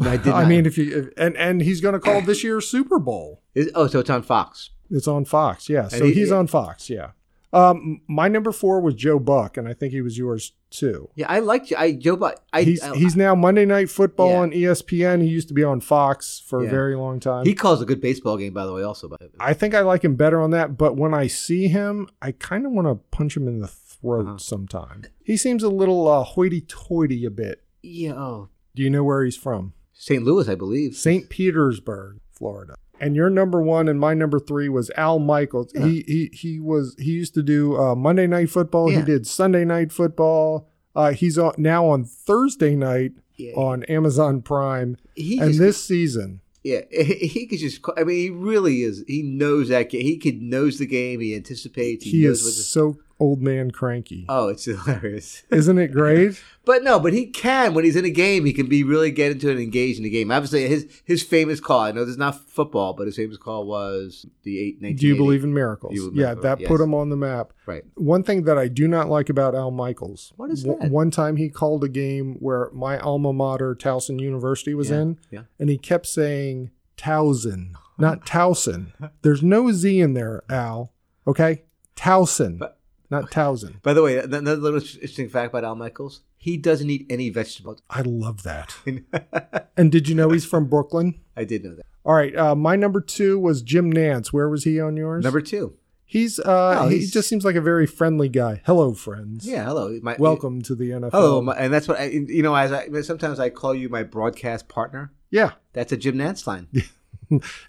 [SPEAKER 4] I did.
[SPEAKER 3] I
[SPEAKER 4] not-
[SPEAKER 3] mean, if you and and he's going to call this year's Super Bowl.
[SPEAKER 4] Is- oh, so it's on Fox.
[SPEAKER 3] It's on Fox, yeah. So
[SPEAKER 4] he-
[SPEAKER 3] he's on Fox, yeah. Um, my number four was Joe Buck, and I think he was yours too.
[SPEAKER 4] Yeah, I liked. I Joe. But I,
[SPEAKER 3] he's
[SPEAKER 4] I-
[SPEAKER 3] he's now Monday Night Football
[SPEAKER 4] Yeah.
[SPEAKER 3] on E ESPN. He used to be on Fox for
[SPEAKER 4] Yeah.
[SPEAKER 3] a very long time.
[SPEAKER 4] he calls a good baseball game, by the way. Also, but
[SPEAKER 3] I think I like him better on that, but when I see him, I kind of want to punch him in the throat
[SPEAKER 4] Uh-huh.
[SPEAKER 3] sometime. He seems a little uh, hoity-toity a bit.
[SPEAKER 4] yeah, oh,
[SPEAKER 3] Do you know where he's from?
[SPEAKER 4] St. Louis, I believe.
[SPEAKER 3] St. Petersburg, Florida. And your number one and my number three was Al Michaels.
[SPEAKER 4] Yeah.
[SPEAKER 3] He he he was he used to do uh, Monday night football.
[SPEAKER 4] Yeah.
[SPEAKER 3] He did Sunday night football. Uh, he's on, now on Thursday night
[SPEAKER 4] Yeah,
[SPEAKER 3] on Amazon Prime.
[SPEAKER 4] he
[SPEAKER 3] And
[SPEAKER 4] just,
[SPEAKER 3] this season,
[SPEAKER 4] yeah, he, could just. ca- I mean, he really is. He knows that. Game. He could knows the game. He anticipates. He,
[SPEAKER 3] he
[SPEAKER 4] knows what
[SPEAKER 3] is so old man cranky.
[SPEAKER 4] to- Oh, it's hilarious.
[SPEAKER 3] Isn't it great?
[SPEAKER 4] But no, but he can when he's in a game. He can be really get into it and engage in the game. Obviously, his his famous call. I know this is not football, but his famous call was the eight.
[SPEAKER 3] Do you believe in miracles?
[SPEAKER 4] You believe in
[SPEAKER 3] yeah,
[SPEAKER 4] miracles,
[SPEAKER 3] that
[SPEAKER 4] yes.
[SPEAKER 3] put him on the map.
[SPEAKER 4] Right.
[SPEAKER 3] One thing that I do not like about Al Michaels.
[SPEAKER 4] What is
[SPEAKER 3] w-
[SPEAKER 4] that?
[SPEAKER 3] one time he called a game where my alma mater, Towson University, was
[SPEAKER 4] Yeah,
[SPEAKER 3] in,
[SPEAKER 4] yeah.
[SPEAKER 3] and he kept saying Towson, not Towson. There's no Z in there, Al. Okay? Towson,
[SPEAKER 4] But-
[SPEAKER 3] not Towson.
[SPEAKER 4] By the way, an- another little interesting fact about Al Michaels: he doesn't eat any vegetables.
[SPEAKER 3] I love that.
[SPEAKER 4] I
[SPEAKER 3] And did you know he's from Brooklyn?
[SPEAKER 4] did know that.
[SPEAKER 3] All right. Uh, my number two was Jim Nance. Where was he on yours?
[SPEAKER 4] Number two.
[SPEAKER 3] he's, uh,
[SPEAKER 4] Oh,
[SPEAKER 3] he
[SPEAKER 4] he's-
[SPEAKER 3] just seems like a very friendly guy. Hello, friends.
[SPEAKER 4] Yeah. Hello. My,
[SPEAKER 3] Welcome to the NFL.
[SPEAKER 4] Hello, my, and that's what I, you know. As I sometimes I call you my broadcast partner.
[SPEAKER 3] yeah.
[SPEAKER 4] That's a Jim Nance line.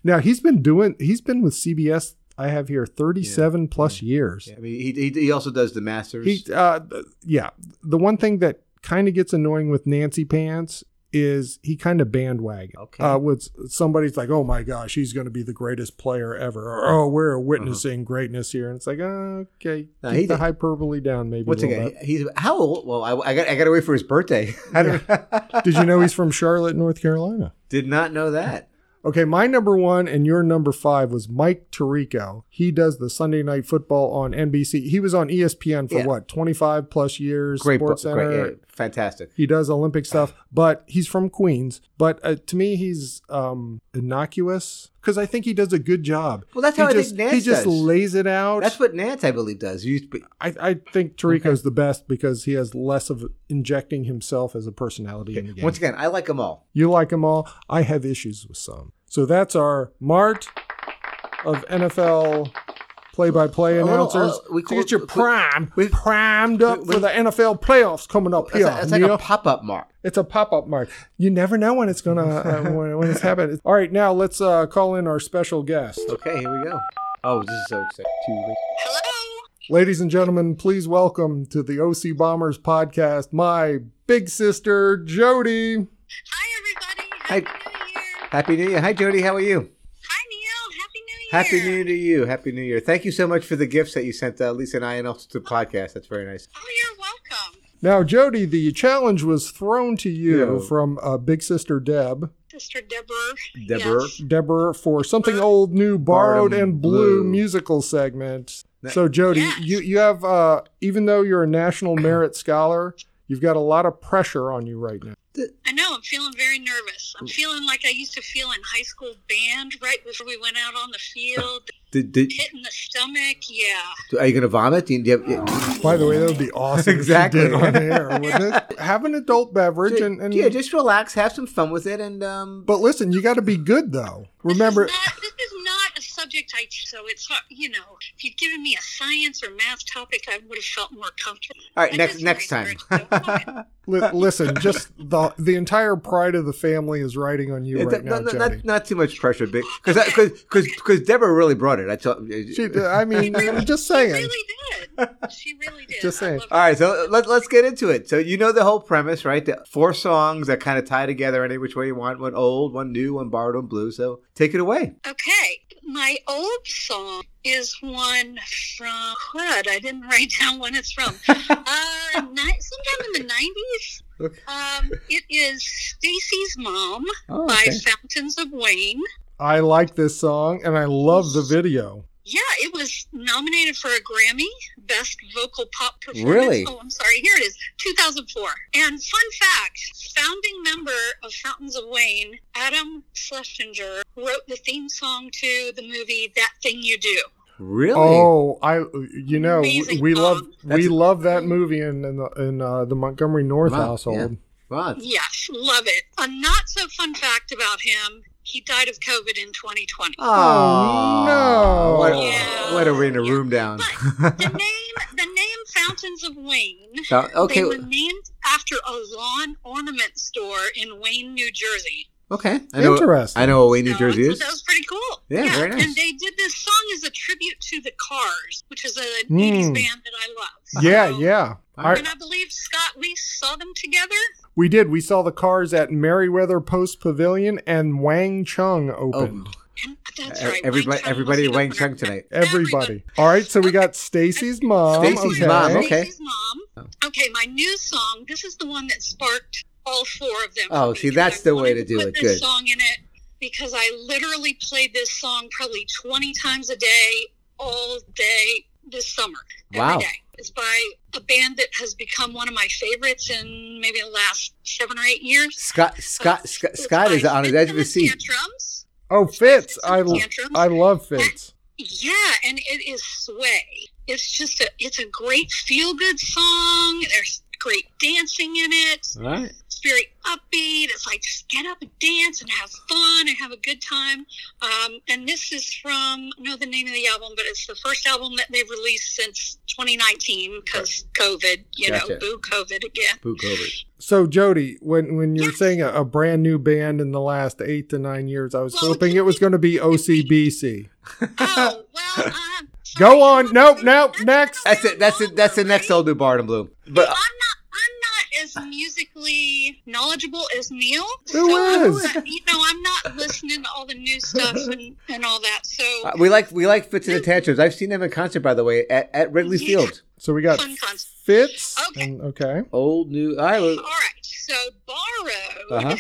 [SPEAKER 3] Now he's been doing. He's been with CBS. I have here thirty-seven plus years.
[SPEAKER 4] I mean, he, he he also does the Masters.
[SPEAKER 3] He, uh, th- yeah. The one thing that kind of gets annoying with Nancy Pants is he kind of bandwagon.
[SPEAKER 4] Okay.
[SPEAKER 3] Uh, with somebody's like, oh my gosh, he's going to be the greatest player ever, or oh, we're witnessing greatness here, and it's like, oh, okay, keep
[SPEAKER 4] No, Uh-huh. he
[SPEAKER 3] the
[SPEAKER 4] did-
[SPEAKER 3] hyperbole down, maybe.
[SPEAKER 4] What's
[SPEAKER 3] a little
[SPEAKER 4] again? He's how old? Well, I, I got I got to wait for his birthday. I
[SPEAKER 3] bit.
[SPEAKER 4] don't,
[SPEAKER 3] Did you know he's from Charlotte, North Carolina?
[SPEAKER 4] did not know that.
[SPEAKER 3] Okay, my number one and your number five was Mike Tirico. He does the Sunday Night Football on NBC. He was on E ESPN for
[SPEAKER 4] Yeah.
[SPEAKER 3] what twenty five plus years.
[SPEAKER 4] Great, book,
[SPEAKER 3] Sports Center.
[SPEAKER 4] great, yeah, fantastic.
[SPEAKER 3] He does Olympic stuff, but he's from Queens. But uh, to me, he's um, innocuous because I think he does a good job.
[SPEAKER 4] Well, that's how I
[SPEAKER 3] he
[SPEAKER 4] think
[SPEAKER 3] just,
[SPEAKER 4] Nance
[SPEAKER 3] He just
[SPEAKER 4] does.
[SPEAKER 3] lays it out.
[SPEAKER 4] That's what Nance, I believe, does. You, but
[SPEAKER 3] I, I think Tirico's the best because he has less of injecting himself as a personality in the game.
[SPEAKER 4] once again, I like them all.
[SPEAKER 3] You like them all. I have issues with some. So that's our Mart of NFL play-by-play
[SPEAKER 4] A little-
[SPEAKER 3] announcers
[SPEAKER 4] uh, we
[SPEAKER 3] to
[SPEAKER 4] call
[SPEAKER 3] get
[SPEAKER 4] it-
[SPEAKER 3] you
[SPEAKER 4] we-
[SPEAKER 3] primed,
[SPEAKER 4] we-
[SPEAKER 3] primed up
[SPEAKER 4] we-
[SPEAKER 3] for the NFL playoffs coming up
[SPEAKER 4] That's
[SPEAKER 3] here.
[SPEAKER 4] like- that's like
[SPEAKER 3] Neil.
[SPEAKER 4] a pop up mark.
[SPEAKER 3] it's a pop-up, Mark. You never know when it's gonna uh, when, when it's happening. All right, now let's uh, call in our special guest,
[SPEAKER 4] Okay, here we go. Oh, this is so exciting. Too late.
[SPEAKER 3] ladies and gentlemen. Please welcome to the OC Bombers podcast, my big sister Jody.
[SPEAKER 5] Hi, everybody.
[SPEAKER 4] Hi. Happy
[SPEAKER 5] Happy New Year.
[SPEAKER 4] New Year. Hi, Jody. How are you?
[SPEAKER 5] Hi, Neil. Happy New Year.
[SPEAKER 4] Happy New Year to you. Happy New Year. Thank you so much for the gifts that you sent uh, Lisa and I and also to the podcast. That's very nice.
[SPEAKER 5] Oh, you're welcome.
[SPEAKER 3] Now, Jody, the challenge was thrown to you
[SPEAKER 4] Yeah.
[SPEAKER 3] from uh, big sister Deb.
[SPEAKER 5] Sister Deborah.
[SPEAKER 4] Deborah.
[SPEAKER 5] Yes.
[SPEAKER 3] Deborah for something old, new, borrowed,
[SPEAKER 4] Borrowed
[SPEAKER 3] and
[SPEAKER 4] and
[SPEAKER 3] blue,
[SPEAKER 4] Blue.
[SPEAKER 3] musical segment.
[SPEAKER 4] That-
[SPEAKER 3] So, Jody,
[SPEAKER 5] Yes.
[SPEAKER 3] you you have uh, even though you're a national merit scholar, you've got a lot of pressure on you right now.
[SPEAKER 5] I know. I'm feeling very nervous.
[SPEAKER 4] Mm.
[SPEAKER 5] I'm feeling like I used to feel in high school band right before we went out on the field.
[SPEAKER 4] Did, did,
[SPEAKER 5] Hit in the stomach. Yeah.
[SPEAKER 4] are you going to vomit? Do you, do you have, yeah.
[SPEAKER 3] By the way, that would be awesome. if you
[SPEAKER 4] Exactly.
[SPEAKER 3] did on air, wouldn't it? Have an adult beverage and, and
[SPEAKER 4] yeah, just relax, have some fun with it, and um,
[SPEAKER 3] but listen, you got to be good though. Remember,
[SPEAKER 5] This is, not, this is not a subject I teach, so it's hard, you know, if you'd given me a science or math topic, I would have felt more comfortable.
[SPEAKER 4] All right,
[SPEAKER 5] I
[SPEAKER 4] next
[SPEAKER 5] just
[SPEAKER 4] next time.
[SPEAKER 5] very much don't
[SPEAKER 3] Li- listen, just the the entire pride of the family is riding on you
[SPEAKER 4] Yeah,
[SPEAKER 3] right
[SPEAKER 4] th-
[SPEAKER 3] now,
[SPEAKER 4] not,
[SPEAKER 3] Jody.
[SPEAKER 4] not, not too much pressure, because because Deborah really brought it. I told.
[SPEAKER 3] She, I mean, I'm just saying.
[SPEAKER 5] She really did. She really did.
[SPEAKER 3] Just
[SPEAKER 5] I
[SPEAKER 3] saying.
[SPEAKER 5] love
[SPEAKER 4] All right, so let, let's get into it. So you know the whole premise, right? The four songs that kind of tie together any which way you want. One old, one new, one borrowed, one blue. So take it away.
[SPEAKER 5] Okay, my old song is one from crud. I didn't write down when it's from. uh, ni- sometime in the nineties.
[SPEAKER 4] Okay.
[SPEAKER 5] Um, it is Stacy's Mom
[SPEAKER 4] Oh,
[SPEAKER 5] by Fountains of Wayne.
[SPEAKER 3] I like this song, and I love the video.
[SPEAKER 5] Yeah, it was nominated for a Grammy Best Vocal Pop Performance.
[SPEAKER 4] Really?
[SPEAKER 5] Oh, I'm sorry. Here it is, 2004. And fun fact: founding member of Fountains of Wayne, Adam Schlesinger, wrote the theme song to the movie That Thing You Do.
[SPEAKER 4] Really?
[SPEAKER 3] Oh, I you know we,
[SPEAKER 5] Amazing
[SPEAKER 3] we
[SPEAKER 5] song.
[SPEAKER 3] love
[SPEAKER 4] That's-
[SPEAKER 3] we love that movie in in the, in, uh, the Montgomery North
[SPEAKER 4] Wow,
[SPEAKER 3] household.
[SPEAKER 4] Wow.
[SPEAKER 5] Yes, love it. A not so fun fact about him: he died of COVID in 2020.
[SPEAKER 4] Oh. Aw,
[SPEAKER 3] no.
[SPEAKER 4] What,
[SPEAKER 5] Oh, Yeah.
[SPEAKER 4] what a rain a room down.
[SPEAKER 5] The name, the name Fountains of Wayne.
[SPEAKER 4] So, Uh, okay.
[SPEAKER 5] They were named after a lawn ornament store in Wayne, New Jersey.
[SPEAKER 4] Okay. I know.
[SPEAKER 3] Interesting.
[SPEAKER 4] I know what Wayne, New
[SPEAKER 5] So
[SPEAKER 4] Jersey
[SPEAKER 5] that-
[SPEAKER 4] is.
[SPEAKER 5] That was pretty cool.
[SPEAKER 4] Yeah, very nice.
[SPEAKER 5] And they did this song as a tribute to the Cars, which is an
[SPEAKER 4] Hmm.
[SPEAKER 3] Mm.
[SPEAKER 5] 80s band that I love.
[SPEAKER 3] yeah,
[SPEAKER 5] So-
[SPEAKER 3] yeah.
[SPEAKER 4] All
[SPEAKER 3] I,
[SPEAKER 5] And I believe Scott Lee saw them together.
[SPEAKER 3] we did. We saw the cars at Merriweather Post Pavilion, and Wang Chung
[SPEAKER 4] Oh,
[SPEAKER 3] opened.
[SPEAKER 5] And that's
[SPEAKER 4] E-
[SPEAKER 5] right.
[SPEAKER 4] Everybody,
[SPEAKER 5] Wang Chung
[SPEAKER 4] everybody,
[SPEAKER 5] was the
[SPEAKER 4] Wang
[SPEAKER 5] opener.
[SPEAKER 4] Chung tonight.
[SPEAKER 3] Everybody. All right, so we got Stacy's mom.
[SPEAKER 4] Stacy's
[SPEAKER 3] okay.
[SPEAKER 4] mom, okay.
[SPEAKER 5] Stacy's mom. Okay, my new song. This is the one that sparked all four of them. for
[SPEAKER 4] Oh,
[SPEAKER 5] me,
[SPEAKER 4] see,
[SPEAKER 5] 'cause
[SPEAKER 4] that's
[SPEAKER 5] I
[SPEAKER 4] the
[SPEAKER 5] wanted
[SPEAKER 4] way to do
[SPEAKER 5] put
[SPEAKER 4] it.
[SPEAKER 5] This
[SPEAKER 4] Good.
[SPEAKER 5] song in it because I literally played this song probably 20 times a day, all day this summer. every
[SPEAKER 4] Wow.
[SPEAKER 5] day. It's by a band that has become one of my favorites in maybe the last seven or eight years. Uh,
[SPEAKER 4] Scott, Scott, Scott, Scott is on his edge of his seat.
[SPEAKER 5] Tantrums.
[SPEAKER 3] Oh, Fitz. I
[SPEAKER 5] Tantrums.
[SPEAKER 3] I love Fitz.
[SPEAKER 5] Yeah, and it is sway. It's just a it's a great feel good song. There's great dancing in it.
[SPEAKER 4] All right.
[SPEAKER 5] It's very upbeat. It's like just get up and dance and have fun and have a good time. Um, and this is from I know the name of the album, but it's the first album that they've released since 2019 because COVID. You
[SPEAKER 4] Gotcha.
[SPEAKER 5] know, boo COVID again.
[SPEAKER 4] Boot Covert.
[SPEAKER 3] So Jody, when when you're
[SPEAKER 5] Yes.
[SPEAKER 3] saying a, a brand new band in the last eight to nine years, I was
[SPEAKER 5] Well,
[SPEAKER 3] hoping it was going to be OCBC.
[SPEAKER 5] Oh well. Um,
[SPEAKER 3] Go
[SPEAKER 5] sorry.
[SPEAKER 3] on. Nope. Nope. Next.
[SPEAKER 4] That's it. That's it. That's the next old new Barnum Bloom. But
[SPEAKER 5] I'm not. I'm not as musically knowledgeable as Neil.
[SPEAKER 3] Who
[SPEAKER 5] I'm
[SPEAKER 3] is?
[SPEAKER 5] not- you know, I'm not listening to all the new stuff and, and all that. So
[SPEAKER 4] uh, we like we like Fits and the Tantrums. I've seen them in concert, by the way, at, at Wrigley
[SPEAKER 5] Yeah.
[SPEAKER 4] Field.
[SPEAKER 3] So we got
[SPEAKER 5] Fun concept.
[SPEAKER 3] Fitz.
[SPEAKER 5] Okay.
[SPEAKER 3] And, okay.
[SPEAKER 4] Old new. All right.
[SPEAKER 5] all
[SPEAKER 4] Well,
[SPEAKER 5] right. So borrow
[SPEAKER 4] uh huh.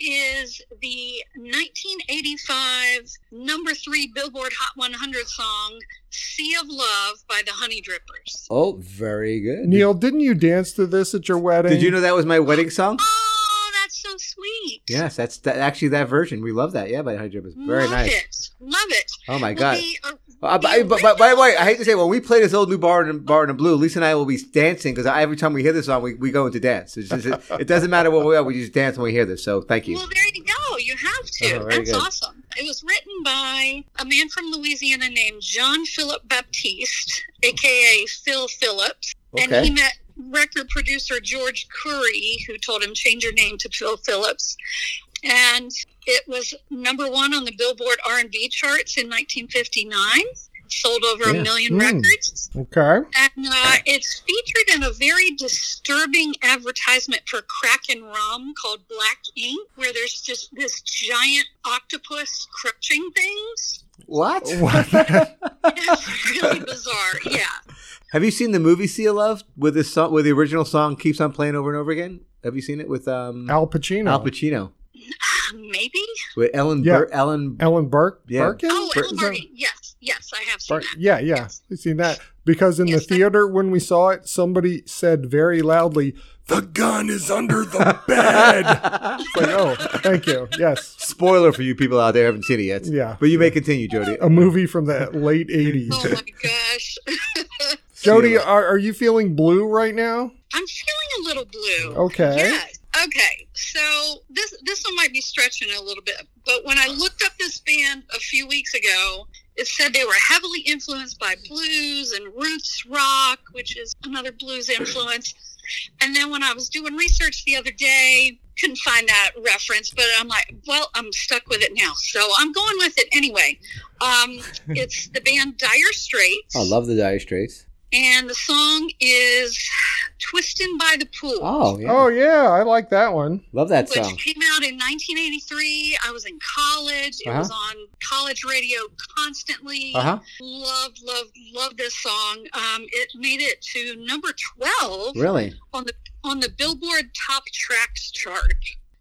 [SPEAKER 5] is the 1985 number three Billboard Hot 100 song "Sea of Love" by the Honey Drippers.
[SPEAKER 4] Oh, very good.
[SPEAKER 3] Neil, didn't you dance to this at your wedding?
[SPEAKER 4] Did you know that was my wedding song?
[SPEAKER 5] Oh, that's so sweet.
[SPEAKER 4] Yes, that's that, actually that version. We love that. Yeah, by Hundred was very
[SPEAKER 5] Love
[SPEAKER 4] nice.
[SPEAKER 5] it. Love it.
[SPEAKER 4] Oh my
[SPEAKER 5] Well,
[SPEAKER 4] god.
[SPEAKER 5] the, uh,
[SPEAKER 4] Uh, but, but, but, by the way, I hate to say, when we play this old new bar and bar and blue, Lisa and I will be dancing because every time we hear this song, we, we go into dance. It's just, it, it doesn't matter what we are, we just dance when we hear this. So thank you.
[SPEAKER 5] Well, there you go. You have to.
[SPEAKER 4] Oh, very
[SPEAKER 5] That's
[SPEAKER 4] good.
[SPEAKER 5] awesome. It was written by a man from Louisiana named John Philip Baptiste, aka Phil Phillips, and
[SPEAKER 4] Okay.
[SPEAKER 5] he met record producer George Curry, who told him change your name to Phil Phillips, and it was number one on the Billboard R&B charts in 1959. Sold over
[SPEAKER 4] Yeah. Hmm.
[SPEAKER 5] a million
[SPEAKER 3] Mm.
[SPEAKER 5] records.
[SPEAKER 3] Okay.
[SPEAKER 5] And uh, it's featured in a very disturbing advertisement for Kraken rum called Black Ink, where there's just this giant octopus crutching things.
[SPEAKER 4] What?
[SPEAKER 5] It's really bizarre. Yeah.
[SPEAKER 4] Have you seen the movie Sea of Love with this song, where the original song keeps on playing over and over again? Have you seen it with um,
[SPEAKER 3] Al Pacino.
[SPEAKER 4] Al Pacino
[SPEAKER 5] Uh, Maybe.
[SPEAKER 4] with Ellen?
[SPEAKER 3] Yeah.
[SPEAKER 4] Bur- Ellen.
[SPEAKER 3] Ellen Burke.
[SPEAKER 4] Yeah.
[SPEAKER 3] Birkin?
[SPEAKER 5] Oh,
[SPEAKER 4] Bur-
[SPEAKER 5] Ellen Burkin. Yes. Yes, I have seen
[SPEAKER 3] Bur-
[SPEAKER 5] that.
[SPEAKER 3] yeah, yeah. We've seen that. Because in the
[SPEAKER 5] Yes, I-
[SPEAKER 3] theater, when we saw it, somebody said very loudly, The gun is under the bed. It's like, oh, thank you. Yes.
[SPEAKER 4] Spoiler for you people out there who haven't seen it yet.
[SPEAKER 3] Yeah. Oh,
[SPEAKER 4] But you may continue, Jody.
[SPEAKER 3] A movie from the late 80s.
[SPEAKER 5] Oh, my gosh.
[SPEAKER 3] Jody, are, are you feeling blue right now?
[SPEAKER 5] I'm feeling a little blue.
[SPEAKER 3] Okay.
[SPEAKER 5] Yes. Okay. So this this one might be stretching a little bit, but when I looked up this band a few weeks ago, It said they were heavily influenced by blues and roots rock, which is another blues influence. And then when I was doing research the other day, couldn't find that reference, but I'm like, well, I'm stuck with it now. So I'm going with it anyway. Um, it's the band Dire
[SPEAKER 3] uh,
[SPEAKER 5] Straits.
[SPEAKER 4] I love the Dire Straits.
[SPEAKER 5] And the song is Twistin' by the Pool.
[SPEAKER 4] Oh, yeah.
[SPEAKER 3] Oh yeah, I like that one.
[SPEAKER 4] love that
[SPEAKER 5] which
[SPEAKER 4] song.
[SPEAKER 5] came out in 1983. I was in college. It
[SPEAKER 4] Uh-huh.
[SPEAKER 5] was on college radio constantly.
[SPEAKER 4] Uh huh.
[SPEAKER 5] Loved, loved, loved this song. Um, it made it to number 12
[SPEAKER 4] Really?
[SPEAKER 5] on the on the Billboard Top Tracks chart.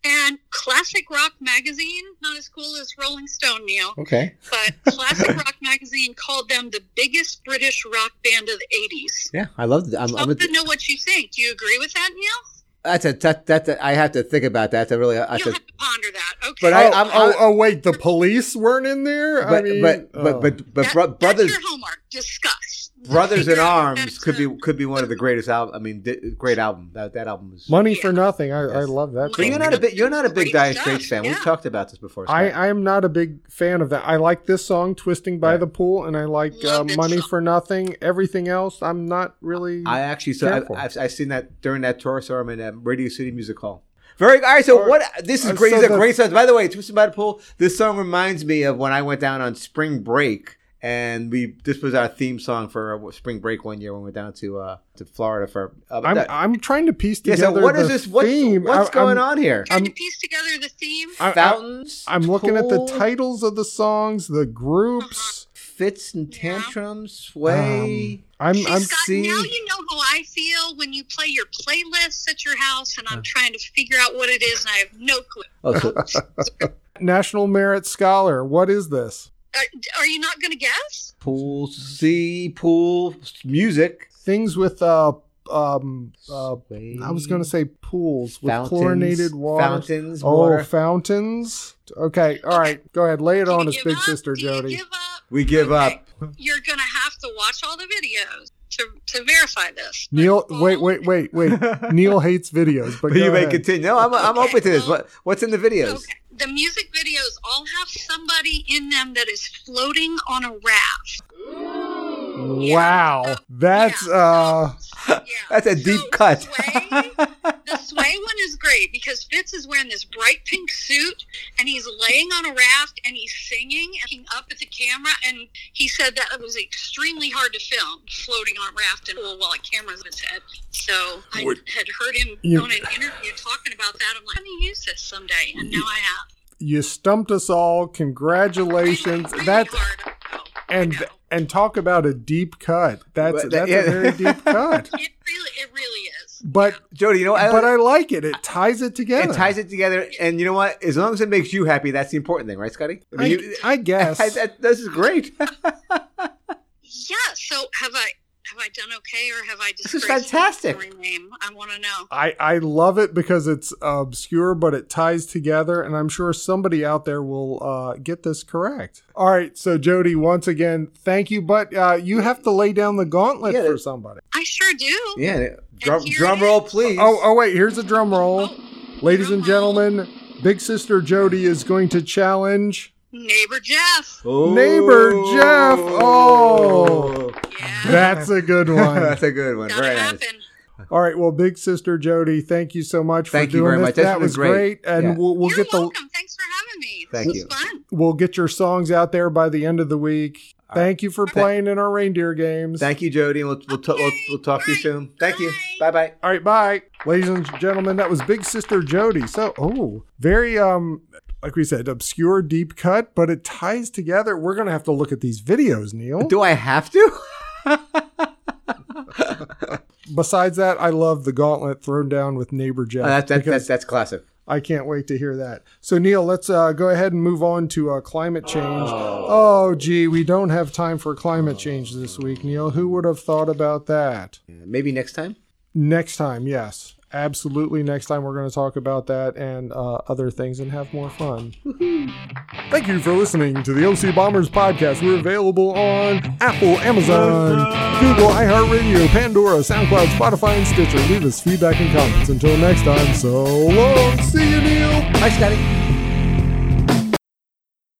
[SPEAKER 5] And Classic Rock magazine, not as cool as Rolling Stone, Neil,
[SPEAKER 4] Okay.
[SPEAKER 5] but Classic Rock magazine called them the biggest British rock band of the 80s.
[SPEAKER 4] Yeah, I love it. Um, I'm,
[SPEAKER 5] i
[SPEAKER 4] I'm
[SPEAKER 5] want
[SPEAKER 4] with-
[SPEAKER 5] to know what you think. Do you agree with that, Neil?
[SPEAKER 4] that's a that, that's a, I have to think about that. To really, I have to,
[SPEAKER 5] You'll have to ponder that. Okay.
[SPEAKER 4] But
[SPEAKER 3] Oh,
[SPEAKER 4] I- I'm-
[SPEAKER 3] oh, oh, wait, the police weren't in there. I
[SPEAKER 4] but,
[SPEAKER 3] mean,
[SPEAKER 4] but,
[SPEAKER 3] oh.
[SPEAKER 4] but but but
[SPEAKER 5] That-
[SPEAKER 4] bro- brothers
[SPEAKER 5] That's your homework. Discuss.
[SPEAKER 4] brothers in
[SPEAKER 5] Figure out
[SPEAKER 4] arms
[SPEAKER 5] how
[SPEAKER 4] could be
[SPEAKER 5] to-
[SPEAKER 4] could be one of the greatest album. I mean, di- great album. That that album is.
[SPEAKER 3] money
[SPEAKER 5] Yeah.
[SPEAKER 3] for nothing. I, I
[SPEAKER 4] Yes.
[SPEAKER 3] love that.
[SPEAKER 4] But
[SPEAKER 3] song.
[SPEAKER 4] you're not a big you're not a big
[SPEAKER 5] Great
[SPEAKER 4] Dire
[SPEAKER 5] stuff,
[SPEAKER 4] Straits fan.
[SPEAKER 5] yeah.
[SPEAKER 4] We've talked about this before.
[SPEAKER 3] I
[SPEAKER 4] Scott.
[SPEAKER 3] I am not a big fan of that. I like this song, "Twisting by the Pool," and I like uh,
[SPEAKER 5] Love that
[SPEAKER 3] "Money
[SPEAKER 5] song.
[SPEAKER 3] for Nothing." Everything else, I'm not really.
[SPEAKER 4] I actually saw. I've,
[SPEAKER 3] Careful.
[SPEAKER 4] I've, I've seen that during that tour. So I'm in um, Radio City Music Hall. Very all right. So
[SPEAKER 3] Or-
[SPEAKER 4] what? This is
[SPEAKER 3] uh,
[SPEAKER 4] great.
[SPEAKER 3] so
[SPEAKER 4] These are
[SPEAKER 3] the-
[SPEAKER 4] great songs. By the way, "Twisted by the Pool." This song reminds me of when I went down on spring break, and we this was our theme song for uh, spring break one year when we went down to uh, to Florida for. Uh,
[SPEAKER 3] I'm,
[SPEAKER 4] that-
[SPEAKER 3] I'm trying to piece
[SPEAKER 4] yeah.
[SPEAKER 3] together.
[SPEAKER 4] So what
[SPEAKER 3] the
[SPEAKER 4] is this? What's,
[SPEAKER 3] theme.
[SPEAKER 4] what's
[SPEAKER 3] I-
[SPEAKER 4] going
[SPEAKER 3] I'm-
[SPEAKER 4] on here?
[SPEAKER 5] Trying to
[SPEAKER 3] I'm-
[SPEAKER 5] piece together the theme.
[SPEAKER 3] I- I,
[SPEAKER 4] Fountains.
[SPEAKER 3] I'm looking at the
[SPEAKER 4] pool,
[SPEAKER 3] titles of the songs, the groups.
[SPEAKER 4] Fits and
[SPEAKER 5] Yeah.
[SPEAKER 4] tantrums.
[SPEAKER 3] Um,
[SPEAKER 4] Sway.
[SPEAKER 3] I'm
[SPEAKER 5] See,
[SPEAKER 3] I'm
[SPEAKER 5] Scott,
[SPEAKER 4] seeing-
[SPEAKER 5] now you know how I feel when you play your playlists at your house, and I'm trying to figure out what it is, and I have no clue.
[SPEAKER 4] oh, so,
[SPEAKER 3] National Merit Scholar. What is this?
[SPEAKER 5] Are, are you not going to guess?
[SPEAKER 4] pool. Sea. Pool. Music.
[SPEAKER 3] Things with uh um uh I was going to
[SPEAKER 4] Sway.
[SPEAKER 3] say pools with
[SPEAKER 4] Fountains,
[SPEAKER 3] chlorinated water.
[SPEAKER 4] Fountains,
[SPEAKER 3] oh,
[SPEAKER 4] water.
[SPEAKER 3] fountains. Okay, all right. Go ahead. Lay it
[SPEAKER 5] Do you
[SPEAKER 3] on us,
[SPEAKER 5] give
[SPEAKER 3] big
[SPEAKER 5] up?
[SPEAKER 3] sister
[SPEAKER 5] Do you
[SPEAKER 3] Jody.
[SPEAKER 5] give up?
[SPEAKER 4] we give
[SPEAKER 5] Okay.
[SPEAKER 4] up.
[SPEAKER 5] You're going to have to watch all the videos to, to verify this. But
[SPEAKER 3] Neil,
[SPEAKER 5] all-
[SPEAKER 3] wait, wait, wait, wait. Neil hates videos, but
[SPEAKER 4] But you
[SPEAKER 3] go
[SPEAKER 4] may
[SPEAKER 3] ahead.
[SPEAKER 4] continue. No, I'm, I'm open to this. What, what's in the videos?
[SPEAKER 5] Okay. The music videos all have somebody in them that is floating on a raft.
[SPEAKER 3] Wow, that's
[SPEAKER 5] Yeah.
[SPEAKER 3] uh,
[SPEAKER 5] Yeah.
[SPEAKER 4] That's a
[SPEAKER 5] So
[SPEAKER 4] deep cut.
[SPEAKER 5] Sway, The sway one is great because Fitz is wearing this bright pink suit and he's laying on a raft and he's singing and looking up at the camera. And he said that it was extremely hard to film floating on a raft and well, while a camera's in his head. So I had heard him
[SPEAKER 3] You-
[SPEAKER 5] on an interview talking about that. I'm like, I'm going to use this someday. And now I have.
[SPEAKER 3] you stumped us all. Congratulations.
[SPEAKER 5] Really
[SPEAKER 3] That's
[SPEAKER 5] hard, Oh, I know, I
[SPEAKER 3] and
[SPEAKER 5] know.
[SPEAKER 3] and talk about a deep cut. That's
[SPEAKER 4] But that-
[SPEAKER 3] that's
[SPEAKER 4] yeah.
[SPEAKER 3] a very deep cut.
[SPEAKER 5] It really, it really is.
[SPEAKER 3] But
[SPEAKER 4] Jody, you know what? I,
[SPEAKER 3] but I like it. It ties it
[SPEAKER 4] it
[SPEAKER 3] together.
[SPEAKER 4] ties it together. And you know what? As long as it makes you happy, that's the important thing, right, Scotty? I
[SPEAKER 3] I,
[SPEAKER 4] mean, you-
[SPEAKER 3] I guess.
[SPEAKER 4] I- that- this is great.
[SPEAKER 5] Yeah. So have I? Have I done okay, or have I
[SPEAKER 4] is
[SPEAKER 5] disgraced
[SPEAKER 4] fantastic.
[SPEAKER 5] my name? I want to know.
[SPEAKER 3] I, I love it because it's obscure, but it ties together, and I'm sure somebody out there will uh, get this correct. All right, so Jody, once again, thank you, but uh, you have to lay down the gauntlet
[SPEAKER 4] Yeah,
[SPEAKER 3] for
[SPEAKER 4] that-
[SPEAKER 3] somebody.
[SPEAKER 5] I sure do.
[SPEAKER 4] yeah. Drum,
[SPEAKER 5] here it
[SPEAKER 4] drum roll, please.
[SPEAKER 3] Oh, oh, wait, here's a drum roll.
[SPEAKER 5] Oh,
[SPEAKER 3] Ladies and
[SPEAKER 5] drum roll.
[SPEAKER 3] gentlemen, Big Sister Jody is going to challenge.
[SPEAKER 5] Neighbor Jeff.
[SPEAKER 4] Oh.
[SPEAKER 3] Neighbor Jeff. Oh.
[SPEAKER 5] Yeah.
[SPEAKER 3] That's a good one.
[SPEAKER 4] that's a good one.
[SPEAKER 5] Gotta
[SPEAKER 4] Very nice.
[SPEAKER 5] happen.
[SPEAKER 3] All right, well, Big Sister Jody, thank you so much
[SPEAKER 4] Thank
[SPEAKER 3] for
[SPEAKER 4] you
[SPEAKER 3] doing
[SPEAKER 4] very
[SPEAKER 3] this.
[SPEAKER 4] much. This
[SPEAKER 3] That
[SPEAKER 4] was
[SPEAKER 3] was
[SPEAKER 4] great.
[SPEAKER 3] great, and
[SPEAKER 4] Yeah.
[SPEAKER 3] we'll, we'll
[SPEAKER 5] You're
[SPEAKER 3] get the
[SPEAKER 5] welcome. Thanks for having me. This
[SPEAKER 4] Thank
[SPEAKER 5] was
[SPEAKER 4] you.
[SPEAKER 5] fun.
[SPEAKER 3] we'll get your songs out there by the end of the week.
[SPEAKER 4] All right.
[SPEAKER 3] Thank you for playing in our reindeer games.
[SPEAKER 4] Thank you, Jody. and We'll, we'll, ta- we'll, we'll talk to you soon. Thank you. Bye
[SPEAKER 5] Bye.
[SPEAKER 4] bye.
[SPEAKER 3] All right, bye. Ladies and gentlemen, that was Big Sister Jody. So, oh, very um like we said, obscure deep cut, but it ties together. We're going to have to look at these videos, Neil.
[SPEAKER 4] Do I have to? Oh,
[SPEAKER 3] Besides that, I love the gauntlet thrown down with neighbor Jeff.
[SPEAKER 4] Oh, that, that,
[SPEAKER 3] because
[SPEAKER 4] that's that's classic.
[SPEAKER 3] I can't wait to hear that. So, Neil, let's uh, go ahead and move on to uh, climate change. Oh. gee, we don't have time for climate change this week, Neil. Who would have thought about that?
[SPEAKER 4] Yeah, Maybe next time.
[SPEAKER 3] Next time, yes. Absolutely. Next time, we're going to talk about that and uh, other things and have more fun. Thank you for listening to the OC Bombers podcast. We're available on Apple, Amazon, Google, iHeartRadio, Pandora, SoundCloud, Spotify, and Stitcher. Leave us feedback and comments. Until next time, so long. See you, Neil.
[SPEAKER 4] Bye, Scotty.